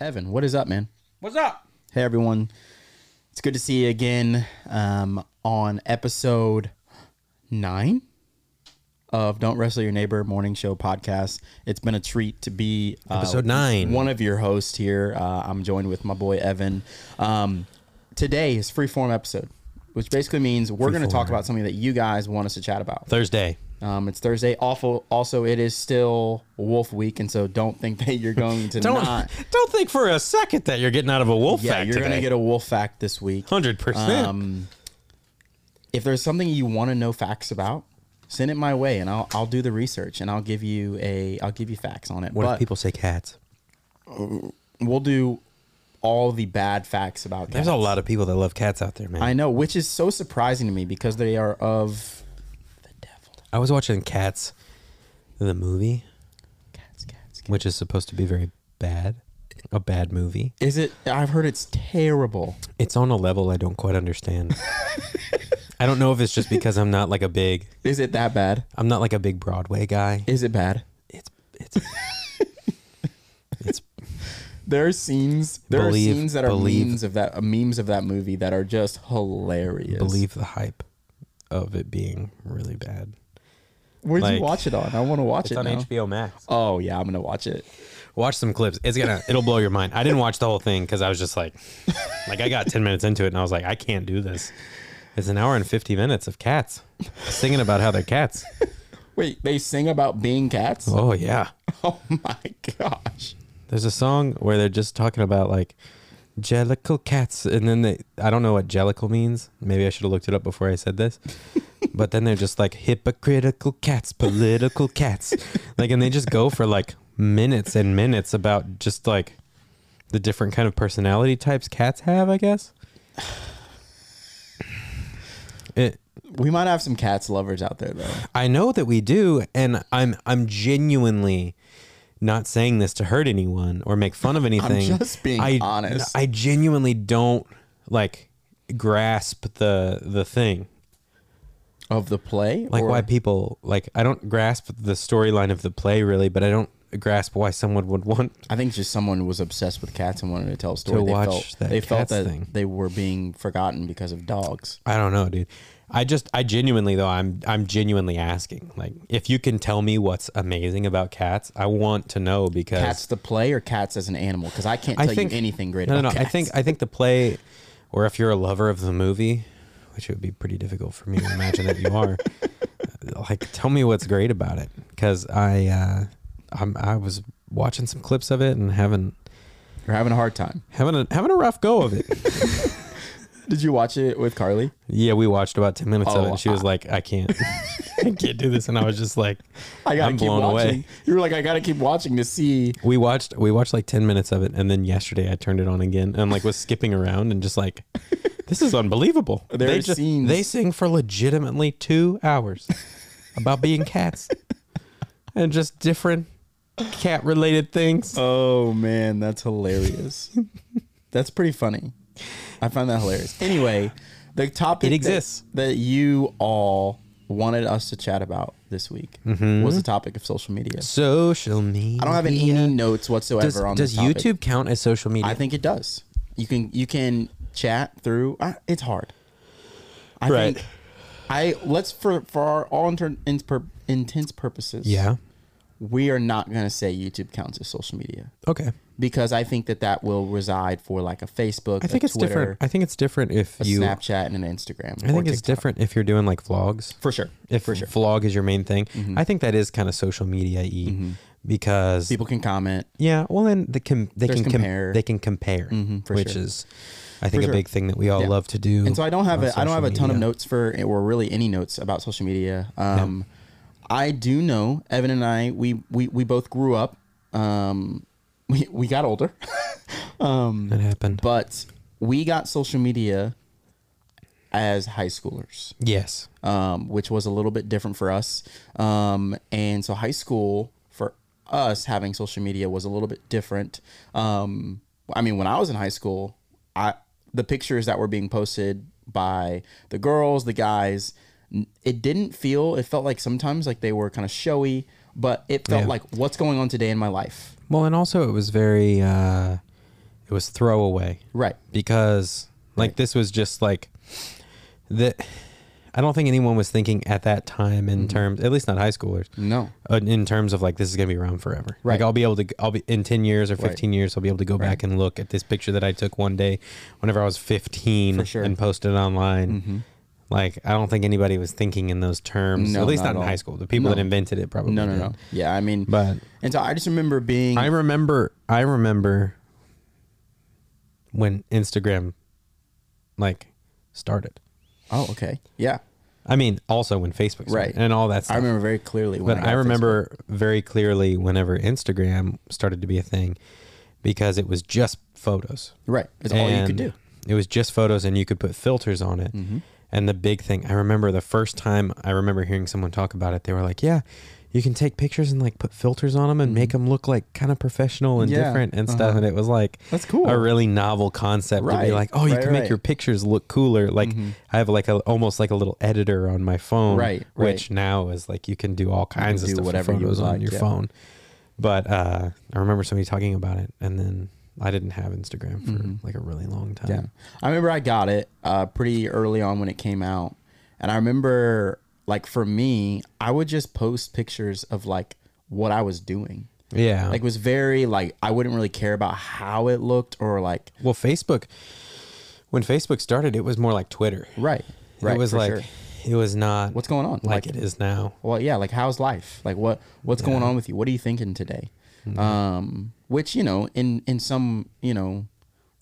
Evan, what is up, man? What's up? Hey, everyone. It's good to see you again um, on episode nine of Don't Wrestle Your Neighbor Morning Show podcast. It's been a treat to be uh, Episode nine. one of your hosts here. Uh, I'm joined with my boy Evan. Um, today is free form episode, which basically means we're going to talk about something that you guys want us to chat about. Thursday. Um, it's Thursday. Awful. Also, it is still Wolf Week, and so don't think that you're going to Don't not. don't think for a second that you're getting out of a wolf Yeah, fact you're going to get a wolf fact this week. hundred percent. Um, if there's something you want to know facts about, send it my way, and I'll I'll do the research and I'll give you a I'll give you facts on it. What but if people say cats? we'll do all the bad facts about that. There's a lot of people that love cats out there, man. I I, know, which is so surprising to me because they are of the devil. was watching Cats, the movie, Cats, cats, cats. which is supposed to be very bad, a bad movie. Is it? I've heard it's terrible. It's on a level I don't quite understand. I don't know if it's just because I'm not like a big, Is it that bad? I'm not like a big Broadway guy. Is it bad? It's it's it's There are scenes. There Believe- are scenes that are believe- memes of that memes of that movie that are just hilarious. believe the hype of it being really bad. Where'd you like- watch it on? I want to watch it now. HBO Max. Oh yeah, I'm gonna watch it. Watch some clips. It's gonna it'll blow your mind. I didn't watch the whole thing because I was just like, like I got ten minutes into it and I was like, I can't do this. It's an hour and fifty minutes of cats singing about how they're cats. Wait, they sing about being cats? Oh, Oh yeah, my gosh. there's a song where they're just talking about like jellicle cats, and then they I don't know what jellicle means. Maybe I should have looked it up before I said this. but then they're just like hypocritical cats, political cats, like, and they just go for like minutes and minutes about just like the different kind of personality types cats have, I guess. It, We might have some cats lovers out there though. I know that we do, and I'm I'm genuinely not saying this to hurt anyone or make fun of anything. just being I, honest. I genuinely don't like grasp the the thing, Of the play? like or- why people like. I don't grasp the storyline of the play really, but I don't grasp why someone would want. I think just someone was obsessed with cats and wanted to tell a story. To they watch felt, that they felt cats that thing. they were being forgotten because of dogs. I don't know, dude. I just I genuinely though I'm I'm genuinely asking like if you can tell me what's amazing about cats, I want to know because Cats the play or cats as an animal? Because I can't tell you anything great No, about no, no. cats. I think I think the play, or if you're a lover of the movie, which would be pretty difficult for me to imagine that you are. Like, tell me what's great about it, because I, uh, I'm, I was watching some clips of it and having You're having a hard time. having a having a rough go of it. Did you watch it with Carly? yeah, we watched about ten minutes of it, Oh, and she was like, "I can't, I can't do this," and I was just like, I gotta I'm keep blown watching. away." You were like, I gotta keep watching to see. We watched we watched like ten minutes of it, and then yesterday I turned it on again and like was skipping around and just like, this is unbelievable. There are they just scenes- they sing for legitimately two hours about being cats and just different cat related things. Oh man, that's hilarious. that's pretty funny. I find that hilarious. Anyway, the topic It that- exists. that, you all wanted us to chat about this week was the topic of social media. Mm-hmm. social media. I don't have any notes whatsoever Does, on does this topic. YouTube count as social media? I think it does. You can you can chat through. I, it's hard. I Right. think I let's for for our all inter, in, per, intents purposes. yeah. we are not going to say YouTube counts as social media Okay. because I think that that will reside for like a Facebook. I think a it's Twitter, different. I think it's different if a you. Snapchat and an Instagram. I think it's different if you're doing like vlogs. for sure. Mm-hmm. if vlog is your main thing, I think that is kind of social media y because People can comment. yeah, well then they can they There's can compare. Mm-hmm, compare they can compare, for which sure. is I think sure. a big thing that we all Yeah. love to do. And so I don't have on a I don't have a social ton of media. notes for or really any notes about social media. Um, I do know Evan and I we we, we both grew up. Um, we we got older, um, That happened. but we got social media as high schoolers. yes, um, which was a little bit different for us. Um, and so high school for us having social media was a little bit different. Um, I mean, when I was in high school, I the pictures that were being posted by the girls, the guys, n- it didn't feel. It felt like sometimes like they were kind of showy, but it felt Yeah. like what's going on today in my life. well, and also it was very uh, It was throwaway Right. because like Right. this was just like the I don't think anyone was thinking at that time in Mm-hmm. terms at least not high schoolers No. uh, in terms of like this is going to be around forever. Right. Like I'll be able to I'll be in 10 years or Right. 15 years I'll be able to go back and look at this picture that I took one day whenever I was 15 For sure. Mm-hmm. and post it online. Like I don't think anybody was thinking in those terms. No, at least not not, in at all. high school. The people No. that invented it probably No, no, no. didn't. Yeah, I mean, Oh But and so I just remember being I remember I remember when Instagram like started. Oh, okay. Yeah. I mean, also when Facebook started Right. and all that stuff. I remember very clearly when But got I remember very clearly whenever Instagram started to be a thing because it was just photos. Facebook. Right. It's all you could And do. Mm-hmm. It was just photos and you could put filters on it. And the big thing, I remember the first time I remember hearing someone talk about it, they were like, yeah, you can take pictures and like put filters on them and make 'em make them look like kind of professional and Mm-hmm. Yeah, different and stuff. uh-huh. And it was like, That's cool. A really novel concept to Right, be like, oh, you right, can make right. Mm-hmm. your pictures look cooler. Like I have like a, almost like a little editor on my phone, Right, right. Which now is like, you can do all kinds of do stuff whatever whatever you photos would on like, your yeah. phone. But uh, I remember somebody talking about it, and then I didn't have Instagram for like a really long time. Mm-hmm. Yeah. I remember I got it uh, pretty early on when it came out. And I remember, like, for me, I would just post pictures of, like, what I was doing. Yeah. Like, it was very, like, I wouldn't really care about how it looked or, like, well, Facebook, when Facebook started, it was more like Twitter. right. Right. It was for like, sure. it was not what's going on? like, it is now. well yeah like how's life like what what's going on with you what are you thinking today Mm-hmm. um which you know in in some you know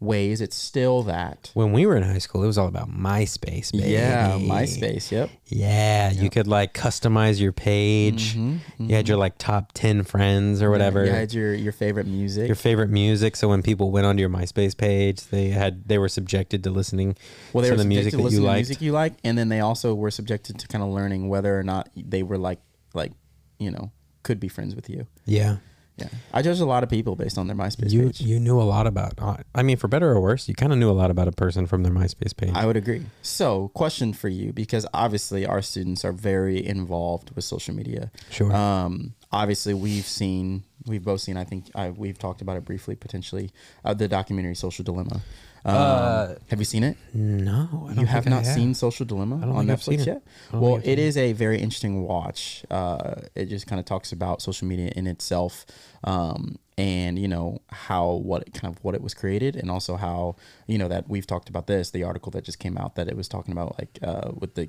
ways it's still that When we were in high school, it was all about MySpace. Baby. yeah myspace yep Yeah, you could like customize your page. Mm-hmm, You had your like top 10 friends or whatever. you had your your favorite music your favorite music. So when people went onto your MySpace page, they had they were subjected to listening well they to were the subjected music to that you listening to liked. music you like and then they also were subjected to kind of learning whether or not they were like like you know could be friends with you Yeah, yeah i judged a lot of people based on their myspace you page you knew a lot about. uh, I mean, for better or worse, you kind of knew a lot about a person from their MySpace page. I would agree. So, question for you, because obviously our students are very involved with social media. Sure. Um, obviously, we've seen, we've both seen. I think I, we've talked about it briefly, potentially, uh, the documentary Social Dilemma. Um, have you seen it? no, I don't You have think I not seen Social Dilemma don't on think I've seen Netflix it. yet? I don't Well, think I've it is a very interesting watch. Uh, it just kind of talks about social media in itself, um, and you know how what it, kind of what it was created, and also how you know that we've talked about this. The article that just came out that it was talking about like uh, with the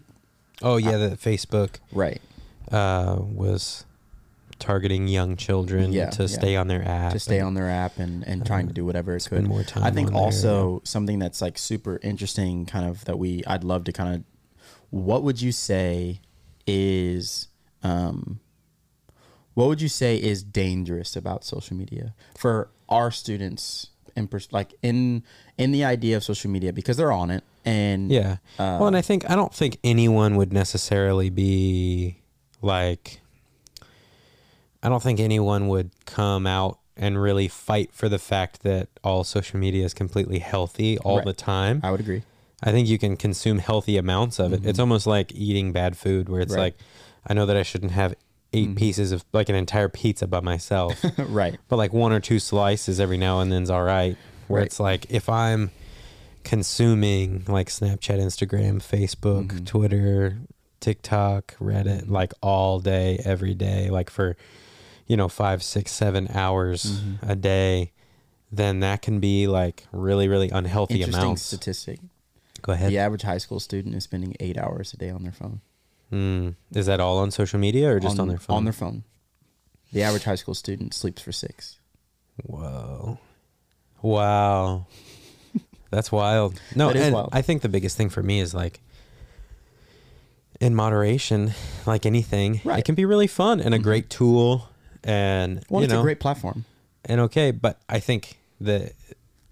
Oh yeah, that Facebook right uh, was targeting young children Yeah, to yeah. stay on their app. to stay and- on their app and, and trying to do whatever it could. Uh, spend more time I think on there, also something that's like super interesting, kind of that we I'd love to kind of. What would you say is, um, what would you say is dangerous about social media for our students and pers- like in in the idea of social media because they're on it and Yeah. well, Um, and I think I don't think anyone would necessarily be like I don't think anyone would come out and really fight for the fact that all social media is completely healthy all Right. the time. I would agree. I think you can consume healthy amounts of it. It's almost like eating bad food where it's Mm-hmm. Right. Mm-hmm. like I know that I shouldn't have 8 pieces of like an entire pizza by myself. right. But like one or two slices every now and then's all right. Where Right. it's like if I'm consuming like Snapchat, Instagram, Facebook, Mm-hmm. Twitter, TikTok, Reddit, like all day, every day, like for you know five, six, seven hours Mm-hmm. a day, then that can be like really, really unhealthy Interesting amounts. statistic. Go ahead. The average high school student is spending eight hours a day on their phone. Mm. Is that all on social media or just on, their phone? On their phone. The average high school student sleeps for six. Whoa. Wow. That's wild. No, That is and wild. I think the biggest thing for me is like in moderation, like anything, Right. Mm-hmm. it can be really fun and a great tool and Well, you it's know, a great platform. and okay, but I think the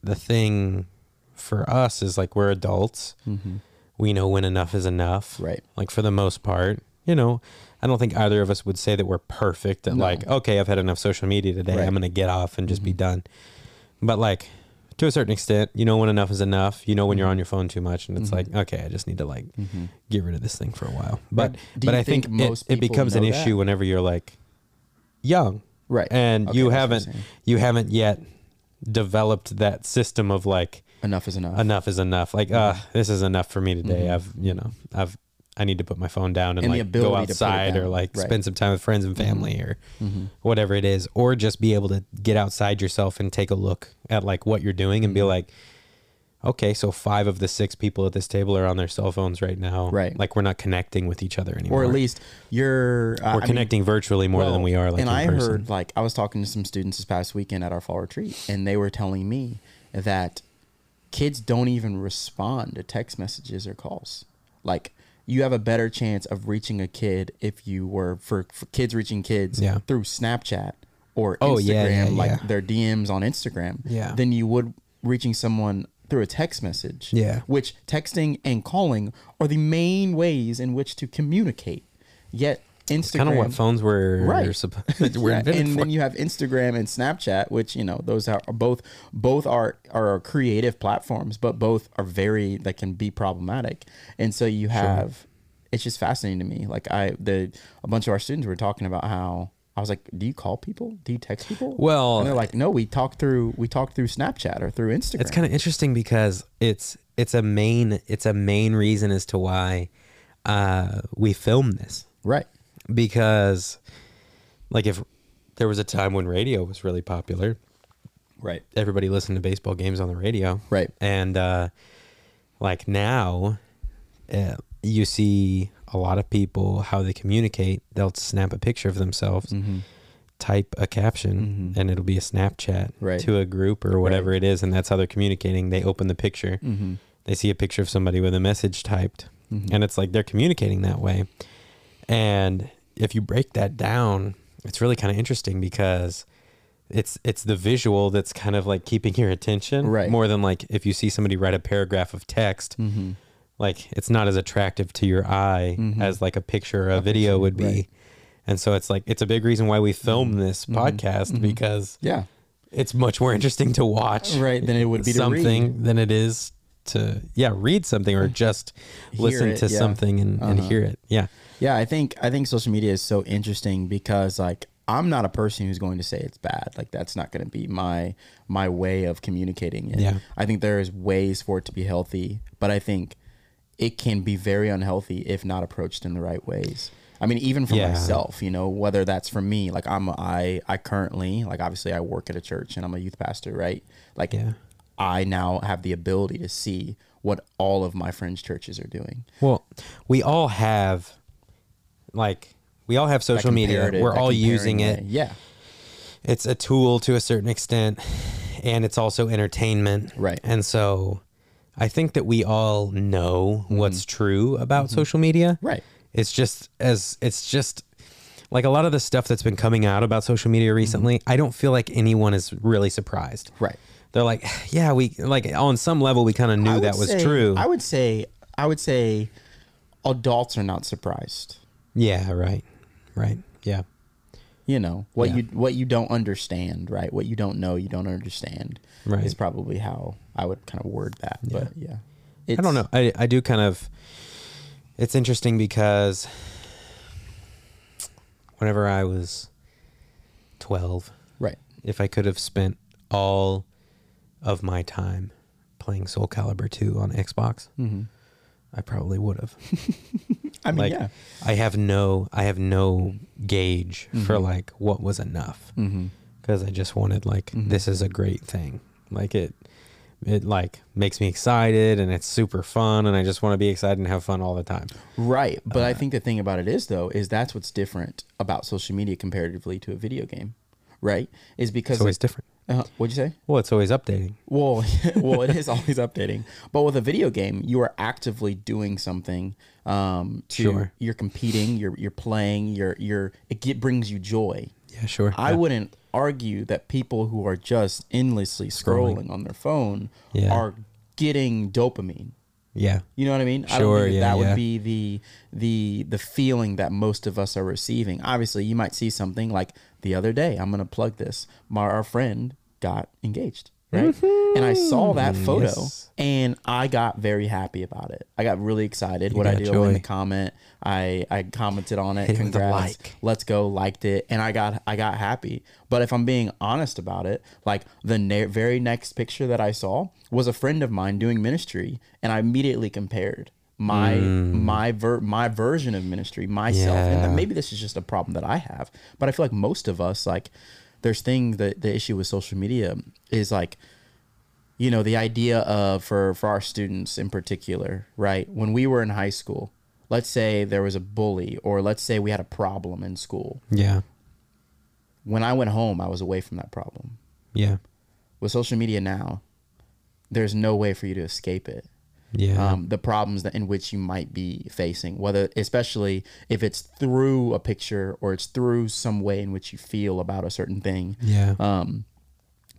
the thing for us is like we're adults. Mm-hmm. We know when enough is enough. Right. Like for the most part, you know, I don't think either of us would say that we're perfect at like, okay, I've had enough social media today. Right. Mm-hmm. I'm going to get off and just be done. But like to a certain extent, you know when enough is enough. You know when Mm-hmm. you're on your phone too much and it's like, okay, I just need to like get rid of this thing for a while. But do but you I think, think it- most it, people becomes an know that? issue whenever you're like young Right. and you Okay, that's what I'm haven't saying. you haven't yet developed that system of like Enough is enough. enough is enough. Like, uh, this is enough for me today. I've, you know, I've, I need to put my phone down and, Mm-hmm. And the like ability to go put it outside or down. like Right. Mm-hmm. spend some time with friends and family or whatever it is, or just be able to get outside yourself and take a look at like what you're doing and be Mm-hmm. like, okay, so five of the six people at this table are on their cell phones right now. Right. Like we're not connecting with each other anymore. or at least you're. uh, we're connecting virtually more than we are like and in I person. heard like I was talking to some students this past weekend at our fall retreat, and they were telling me that kids don't even respond to text messages or calls. Like you have a better chance of reaching a kid if you were for, for kids reaching kids Yeah. through Snapchat or Oh, Instagram, yeah, yeah, like yeah. their DMs on Instagram, Yeah. than you would reaching someone through a text message. Yeah. Which texting and calling are the main ways in which to communicate. Yet Instagram kind of what phones were, Right. supposed were yeah, invented and for. then you have Instagram and Snapchat, which you know those are both both are are creative platforms, but both are very that can be problematic. And so you have it's just fascinating to me. Like I the a bunch of our students were talking about how I was like, "Do you call people? Do you text people?" Well- and they're like, "No, we talk through we talk through Snapchat or through Instagram." It's kind of interesting because it's it's a main it's a main reason as to why uh, we film this right. because like if there was a time when radio was really popular, Right. everybody listened to baseball games on the radio, Right. And uh, like now, uh, you see a lot of people how they communicate. They'll snap a picture of themselves. Mm-hmm. Type a caption and it'll be a Snapchat Right. to a group or whatever it is, and that's how they're communicating. They open the picture, Mm. Mm-hmm. they see a picture of somebody with a message typed, and it's like they're communicating that way. And if you break that down, it's really kind of interesting because it's it's the visual that's kind of like keeping your attention Right. more than like if you see somebody write a paragraph of text Mm-hmm. like it's not as attractive to your eye as like a picture or a video would be right. and so it's like it's a big reason why we film this podcast because Yeah. it's much more interesting to watch Right. Then it would be to read. something than it is to yeah read something or just Hear listen it, to yeah. Uh-huh. something and, and hear it yeah Yeah, I think I think social media is so interesting because like I'm not a person who's going to say it's bad. Like that's not going to be my my way of communicating it. Yeah. I think there is ways for it to be healthy, but I think it can be very unhealthy if not approached in the right ways. I mean, even for Yeah. myself, you know, whether that's for me, like I'm, I, I currently, like obviously, I work at a church and I'm a youth pastor, right? Like, Yeah. I now have the ability to see what all of my friends' churches are doing. Well, we all have like we all have That social media. comparative- We're that all uh, comparing using way. it. Yeah, It's a tool to a certain extent and it's also entertainment. Right. And so I think that we all know what's true about social media. Mm-hmm. Right. It's just as it's just like a lot of the stuff that's been coming out about social media recently, I don't feel like anyone is really surprised. Mm-hmm. Right. They're like, yeah, we like on some level we kind of I knew would that was say- true. I would say I would say adults are not surprised. yeah, right. Right. Yeah. You know what Yeah. you what you don't understand, right? What you don't know, you don't understand. Right. Is probably how I would kind of word that. But yeah, I don't know. I, I do kind of. It's interesting because whenever I was 12, Right. if I could have spent all of my time playing Soul Calibur 2 on Xbox, I probably would have. Mm-hmm. I mean, like yeah. I have no I have no gauge Mm-hmm. for like what was enough. Cuz I just wanted like Mm-hmm. this is a great thing. Like it it like makes me excited and it's super fun and I just want to be excited and have fun all the time. Right. But uh, I think the thing about it is though is that's what's different about social media comparatively to a video game, right? Is because It's always different. uh, what'd you say? Well, it's always updating. Well, well, it is always updating. But with a video game, you are actively doing something. Um, to, Sure. You're competing. You're you're playing. You're you're it get, brings you joy. Yeah, sure. I Yeah. wouldn't argue that people who are just endlessly scrolling, on their phone Yeah. are getting dopamine. Yeah. You know what I mean? I Sure, don't think that, yeah, that would yeah. be the the the feeling that most of us are receiving. Obviously, you might see something like the other day. I'm gonna plug this. My, our friend got engaged. right? And I saw that photo Mm-hmm. Mm, yes. and I got very happy about it. I got really excited. what I got do in the joy. comment, I I commented on it. Hit it with a Congrats. like. Let's go. Liked it, and I got I got happy. But if I'm being honest about it, like the ne- very next picture that I saw was a friend of mine doing ministry, and I immediately compared my my ver- my version of ministry myself and Yeah. the, maybe this is just a problem that I have, but I feel like most of us like there's thing that the issue with social media is like you know the idea of for for our students in particular, right? When we were in high school, let's say there was a bully or let's say we had a problem in school. Yeah. When I went home, I was away from that problem. Yeah. With social media now, there's no way for you to escape it Yeah. um, the problems that in which you might be facing, whether especially if it's through a picture or it's through some way in which you feel about a certain thing, yeah. um,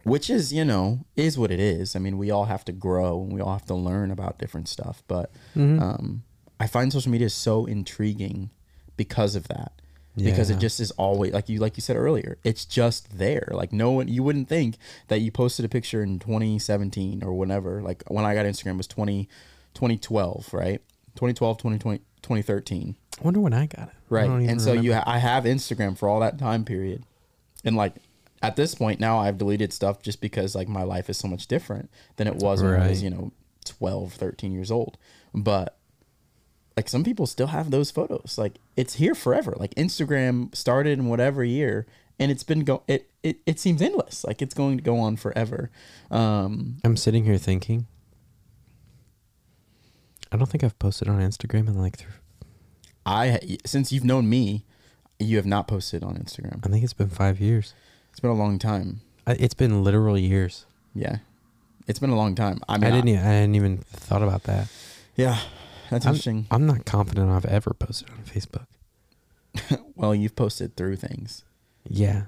which is you know is what it is. I mean, we all have to grow and we all have to learn about different stuff. But um, I find social media so intriguing because of that. Because it Yeah. just is always like you like you said earlier, it's just there. Like no one you wouldn't think that you posted a picture in 2017 or whenever. Like when I got Instagram was 20 2012, right? 2012, 2020, 2013. I wonder when I got it. I Right. don't even And so you remember. ha- I have Instagram for all that time period. And like at this point now I've deleted stuff just because like my life is so much different than it was when I was, Right. you know, 12, 13 years old. But like some people still have those photos. Like it's here forever. Like Instagram started in whatever year and it's been go it it, it seems endless. Like it's going to go on forever. Um I'm sitting here thinking. I don't think I've posted on Instagram in like th- I since you've known me, you have not posted on Instagram. I think it's been five years. It's been a long time. I, it's been literal years. Yeah. It's been a long time. I I, mean, didn't. Even, I hadn't even thought about that. Yeah, that's I'm- interesting. I'm not confident I've ever posted on Facebook. well, you've posted through things, Yeah,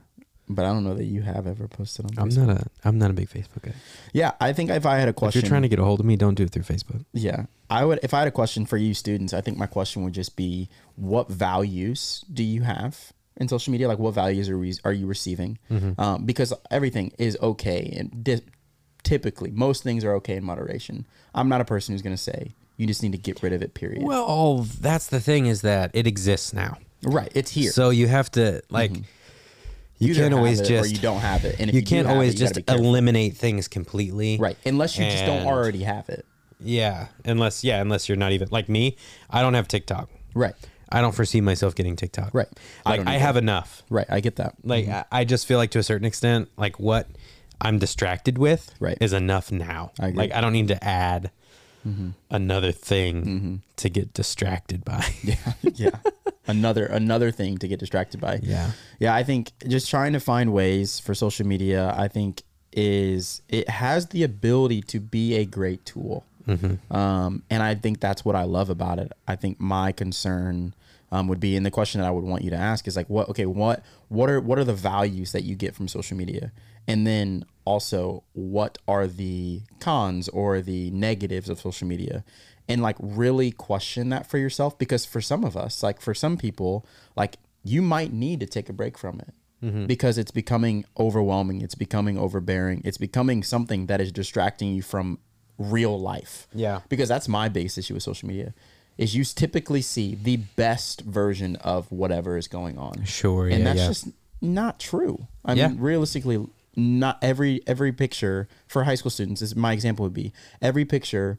but I don't know that you have ever posted on. I'm Facebook. not a. I'm not a big Facebook guy. yeah, I think if I had a If question, you're trying to get a hold of me, don't do it through Facebook. yeah, I would. If I had a question for you, students, I think my question would just be, what values do you have in social media? Like, what values are re- are you receiving? Mm-hmm. Um, because everything is okay, and di- typically most things are okay in moderation. I'm not a person who's going to say you just need to get rid of it. Period. Well, that's the thing is that it exists now. right, it's here. Mm-hmm. So you have to like. You either can't have always it just. or you don't have it, and if you you, do can't have it, always you gotta just be careful. eliminate things completely. Right. Unless you just don't And- already have it. Yeah. Unless yeah, unless you're not even like me. I don't have TikTok. Right. I don't foresee myself getting TikTok. Right. I Like don't I, either. have enough. Right. I get that. Like I, I just feel like to a certain extent, like what I'm distracted with Right. is enough now. I agree. Mm-hmm. Like I don't need to add another thing to get distracted by. Yeah. yeah. Another another thing to get distracted by. Yeah. Yeah, I think just trying to find ways for social media, I think is it has the ability to be a great tool. Um, and I think that's what I love about it. I think my concern um, would be, and the question that I would want you to ask is like, what? Okay, what? What are what are the values that you get from social media? And then also, what are the cons or the negatives of social media? And like, really question that for yourself because for some of us, like for some people, like you might need to take a break from it Mm-hmm. because it's becoming overwhelming, it's becoming overbearing, it's becoming something that is distracting you from real life Yeah. because that's my biggest issue with social media is you typically see the best version of whatever is going on Sure, and yeah, that's yeah. just not true i Yeah. mean realistically not every every picture for high school students is my example would be every picture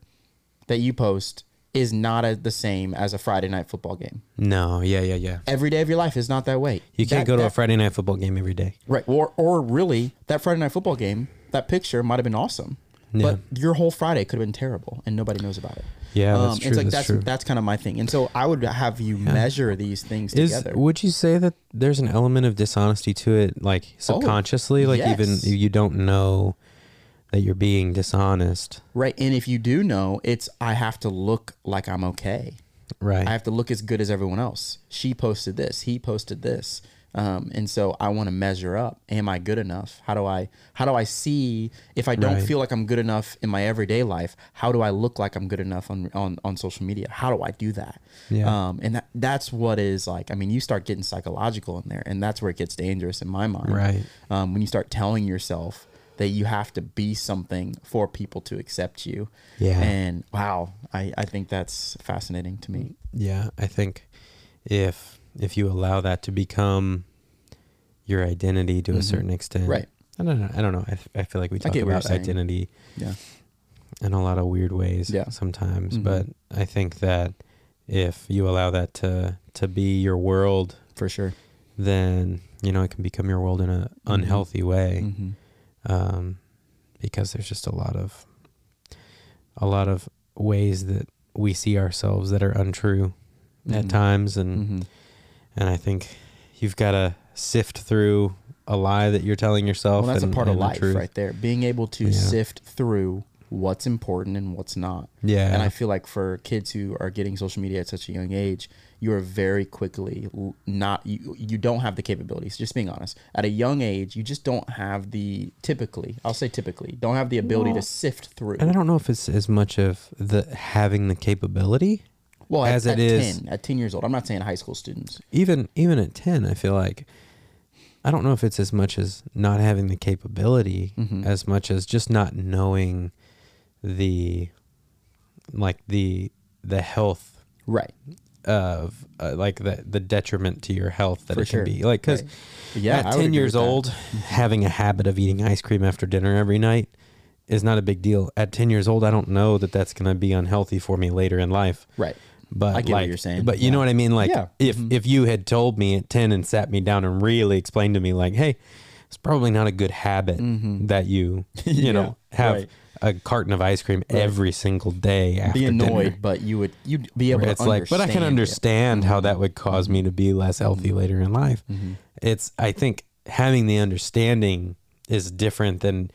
that you post is not a, the same as a friday night football game No, yeah, yeah, yeah. every day of your life is not that way You can't That- go to a that- Friday night football game every day. Right. Or or really that Friday night football game, that picture might have been awesome. Yeah. But your whole Friday could have been terrible and nobody knows about it. Yeah, that's Um, It's true, like that's that's true. that's kind of my thing. And so I would have you measure these things Is together. would you say that there's an element of dishonesty to it, like subconsciously, like Oh, yes. even you don't know that you're being dishonest, right. And if you do know, it's I have to look like I'm okay. right? I have to look as good as everyone else. She posted this. He posted this. Um, and so I want to measure up. Am I good enough? How do I how do I see if I don't Right. feel like I'm good enough in my everyday life? How do I look like I'm good enough on on, on social media? How do I do that? Yeah. Um, and that, that's what is like. I mean, you start getting psychological in there, and that's where it gets dangerous in my mind. Right. Um, when you start telling yourself that you have to be something for people to accept you. Yeah. And wow, I, I think that's fascinating to me. Yeah, I think if if you allow that to become your identity to a Mhm. certain extent, Right. I don't know. I don't know. I, f- I feel like we talk get what you're about saying. identity Yeah. in a lot of weird ways Yeah. sometimes, Mhm. but I think that if you allow that to to be your world, For sure. then you know it can become your world in a Mm-hmm. unhealthy way. hmm um, because there's just a lot of a lot of ways that we see ourselves that are untrue at Mhm. times, and hmm and I think you've got to sift through a lie that you're telling yourself. Well, that's and, a part of and the life truth. right there. Being able to Yeah. sift through what's important and what's not. Yeah, And I feel like for kids who are getting social media at such a young age, you are very quickly l- not you, you don't have the capabilities. Just being honest, at a young age, you just don't have the typically. I'll say typically don't have the ability to Well, sift through. and I don't know if it's as much of the having the capability. well, at- as it at is- 10, at ten years old. I'm not saying high school students. even even at 10 i feel like i don't know if it's as much as not having the capability Mhm. as much as just not knowing the like the the health Right. of uh, like the the detriment to your health that For it can sure. be like because Right. Yeah. I at would 10 agree years with that. old having a habit of eating ice cream after dinner every night is not a big deal at 10 years old i don't know that that's going to be unhealthy for me later in life Right. but I get what like, you're saying. But you Yeah. know what I mean? Like Yeah. Mm-hmm. if if you had told me at ten and sat me down and really explained to me like, hey, it's probably not a good habit that you you Mm-hmm. Yeah, know have right. a carton of ice cream every single day after Be annoyed, dinner. but you would you'd be able Where to. it's like, but I can understand Mm-hmm. it. understand how that would because me to be less healthy later in life. It's I think having the understanding is different than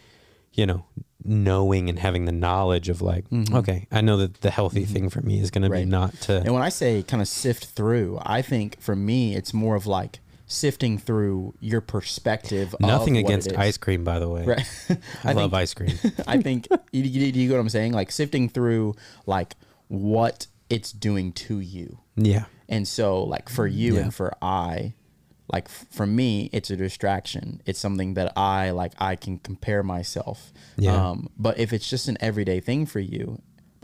you know knowing and having the knowledge of like okay i know that the healthy thing for me is going to be Mm-hmm. Right. not to And when I say kind of sift through, I think for me it's more of like sifting through your perspective. Nothing of what against it is. ice cream, by the way. Right. I, love ice cream. I think you, you, you get what I'm saying. Like sifting through like what it's doing to you. yeah. And so, like for you Yeah. and for I, like f- for me, it's a distraction. It's something that I like. I can compare myself. Yeah. Um, but if it's just an everyday thing for you,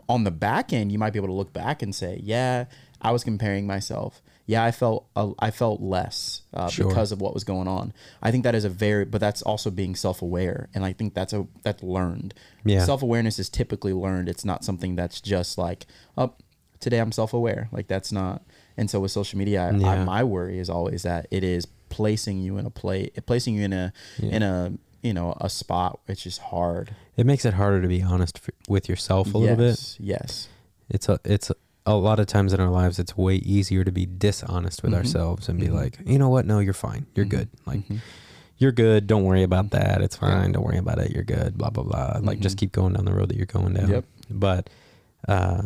on the back end, you might be able to look back and say, "Yeah, I was comparing myself. Yeah, I felt uh, I felt less uh, Sure. because of what was going on." I think that is a very, but that's also being self aware, and I think that's a that's learned. Yeah. Self awareness is typically learned. It's not something that's just like, oh, today I'm self aware. Like that's not. And so with social media, I, Yeah. I, my worry is always that it is placing you in a play, placing you in a in a you know a spot. It's just hard. It makes it harder to be honest f- with yourself a little bit. yes, Yes. It's a, it's a, a lot of times in our lives, it's way easier to be dishonest Mm-hmm. with ourselves and be like, you know what? No, you're fine. You're good. Like, you're good. Don't worry about that. It's fine. Don't worry about it. You're good. Blah, blah, blah. Like, just keep going down the road that you're going down. Mm-hmm. Yep. But, uh,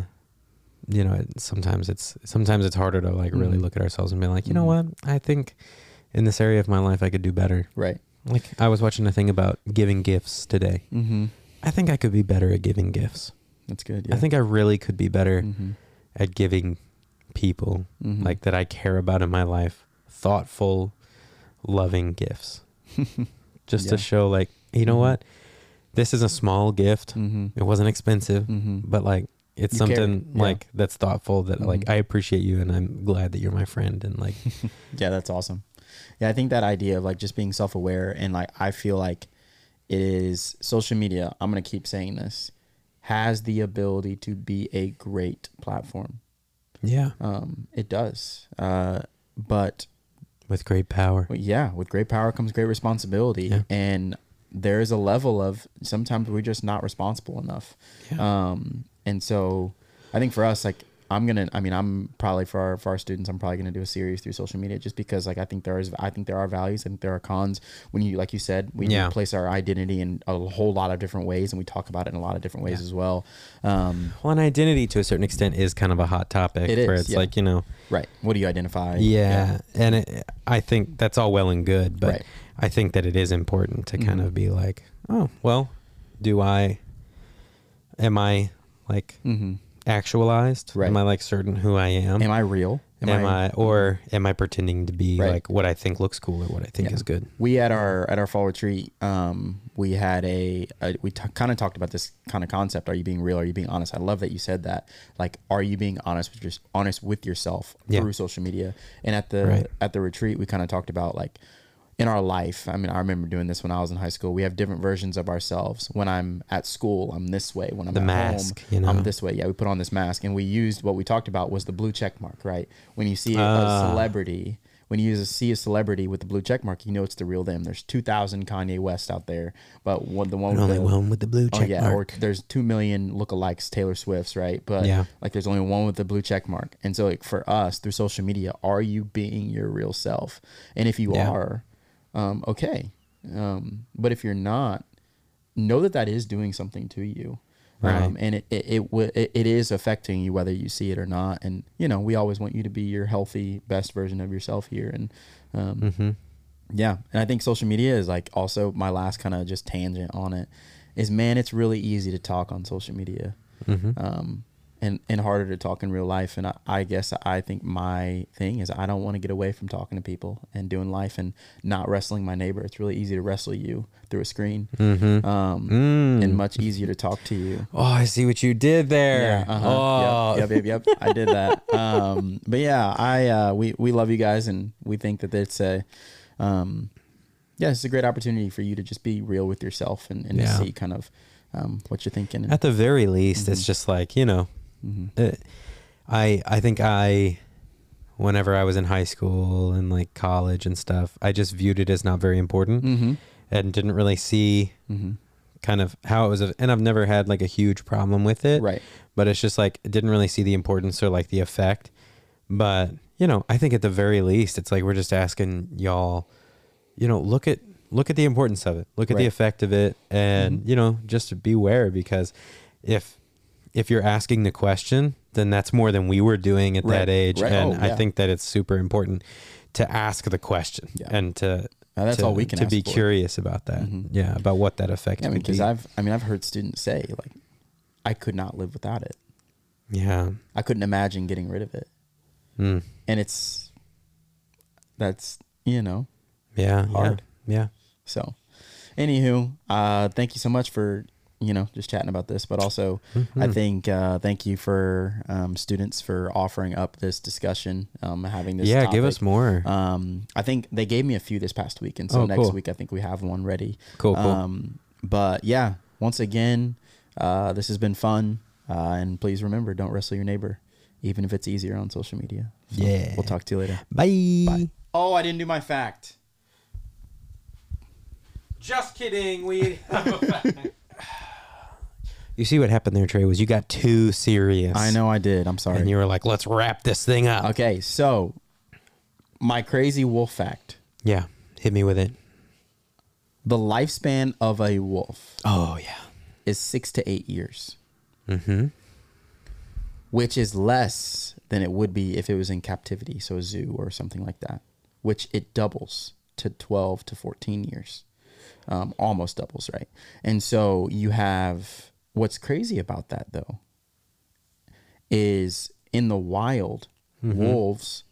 you know, it, sometimes it's sometimes it's harder to like really Mhm. look at ourselves and be like, you know Mm-hmm. what? I think in this area of my life, I could do better. Right. Like I was watching a thing about giving gifts today. Mm-hmm. I think I could be better at giving gifts. That's good. Yeah. I think I really could be better Mm-hmm. at giving people Mhm. like that I care about in my life thoughtful, loving gifts. Mm-hmm. Just to Yeah. show like, you know Mhm. what? This is a small gift. Mm-hmm. It wasn't expensive, Mm-hmm. but like it's You something cared, yeah. like that's thoughtful that like Mhm. I appreciate you and I'm glad that you're my friend and like Yeah, that's awesome. Yeah, I think that idea of like just being self aware and like I feel like it is social media, I'm gonna keep saying this, has the ability to be a great platform. yeah, Um, it does. Uh, but with great power. well, yeah, with great power comes great responsibility. Yeah. And there is a level of sometimes we're just not responsible enough. Yeah. Um, and so I think for us, like, I'm gonna. I mean, I'm probably for our for our students. I'm probably gonna do a series through social media, just because like I think there is. I think there are values. I think there are cons. When you, like you said, we Yeah. place our identity in a whole lot of different ways, and we talk about it in a lot of different ways as well. Um, Well, and identity to a certain extent is kind of a hot topic It where is, it's yeah. like, you know, right. What do you identify? yeah. And it, I think that's all well and good, but Right. I think that it is important to kind Mhm. of be like, oh, well, do I, am I like Mm-hmm. actualized? Right. Am I like certain who I am? Am I real? Am am I- I, or am I pretending to be Right. like what I think looks cool or what I think is good? we at our at our fall retreat um we had a, a we t- kind of talked about this kind of concept are you being real are you being honest i love that you said that like are you being honest with your honest with yourself Yeah. through social media and at the Right. at the retreat we kind of talked about like in our life i mean i remember doing this when i was in high school we have different versions of ourselves when i'm at school i'm this way when i'm The at mask, home you know? i'm this way yeah we put on this mask and we used what we talked about was the blue check mark right when you see a Ah. celebrity when you see a celebrity with the blue check mark, you know it's the real them. There's 2,000 Kanye West out there, but one, the one And with only the, one with the blue oh, check yeah, mark. or there's 2 million lookalikes Taylor Swift's, right? But Yeah. like there's only one with the blue check mark. And so like for us through social media, are you being your real self? And if you Yeah. are, um, okay. Um, but if you're not, know that that is doing something to you. Right. Um, and it it, it, wi- it it is affecting you whether you see it or not. And you know, we always want you to be your healthy, best version of yourself here. And um, Mm-hmm, yeah, and I think social media is like also my last kind of just tangent on it is man, it's really easy to talk on social media, mm-hmm. um, and and harder to talk in real life. And I, I guess I think my thing is I don't want to get away from talking to people and doing life and not wrestling my neighbor. It's really easy to wrestle you through a screen, um, and much easier to talk to you. Oh, I see what you did there. Yeah, uh-huh. Oh, Yep, yep, yep, yep. I did that. Um, but yeah, I uh, we we love you guys, and we think that it's a, um, yeah, it's a great opportunity for you to just be real with yourself and, and to Yeah. see kind of um, what you're thinking. And, at the very least, it's Mm-hmm. just like you know, it- I I think I, whenever I was in high school and like college and stuff, I just viewed it as not very important Mm-hmm. and didn't really see kind of how it was. And I've never had like a huge problem with it, Right. But it's just like I didn't really see the importance or like the effect. But you know, I think at the very least, it's like we're just asking y'all, you know, look at look at the importance of it, look at the Right. Mm-hmm. effect effect of it and you know just beware because if if you're asking the question then that's more than we were doing at Right, that age right. and Oh, i yeah. think that it's super important to ask the question Yeah. and to Now, Uh, that's to, all we can to ask be for. Mm-hmm. curious about that yeah about what that effect yeah, I mean, would be because I've I mean I've heard students say like, I could not live without it. yeah I couldn't imagine getting rid of it. Mm. And it's, that's you know, yeah Hard. yeah yeah So, anywho, uh, thank you so much for you know just chatting about this, but also Mm-hmm. I think uh, thank you for um, students for offering up this discussion, um, having this. yeah give us topic. more Um, I think they gave me a few this past week, and so Oh, next cool. week I think we have one ready. Cool, cool. Um, but yeah, once again, uh, this has been fun, uh, and please remember, don't wrestle your neighbor, even if it's easier on social media. So Yeah. we'll talk to you later. bye Oh, I didn't do my fact. Just kidding. We. you see what happened there trey was you got too serious I know I did. I'm sorry. and you were like let's wrap this thing up Okay, so my crazy wolf fact. yeah hit me with it The lifespan of a wolf oh yeah is six to eight years. Mm-hmm. Which is less than it would be if it was in captivity, so a zoo or something like that, which it doubles to 12 to 14 years. Um, almost doubles, right? And so you have what's crazy about that though is in the wild, wolves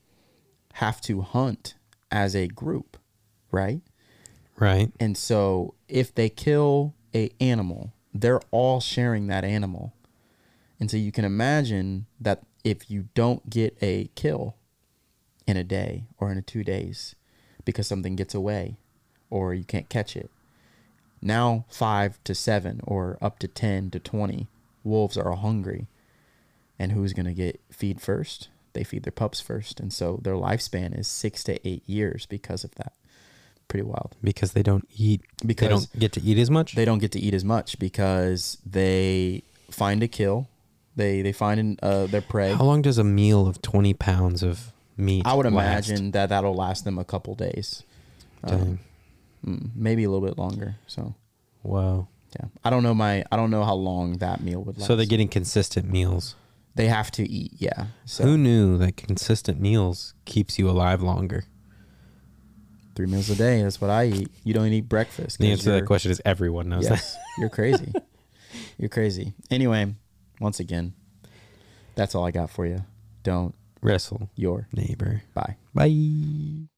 have to hunt as a group, right? right And so if they kill a animal, they're all sharing that animal. And so you can imagine that if you don't get a kill in a day or in a two days because something gets away or you can't catch it, now five to seven or up to 10 to 20 wolves are hungry. And who's going to get feed first? They feed their pups first. And so their lifespan is six to eight years because of that. Pretty wild. because they don't eat because Because- they don't get to eat as much they don't get to eat as much because they find a kill. They they find an, uh, their prey. how long does a meal of 20 pounds of meat I would last? imagine uh, that that'll last them a couple days, Um, Dang. Mm, maybe a little bit longer. So wow yeah, I don't know my I don't know how long that meal would last. so they're getting consistent meals they have to eat. Yeah. So who knew that consistent meals keeps you alive longer three meals a day. That's what I eat. You don't eat breakfast. the 'cause answer to you're- that question is everyone knows Yes, you're crazy. You're crazy. Anyway, once again, that's all I got for you. Don't Wrestle your neighbor. bye. Bye.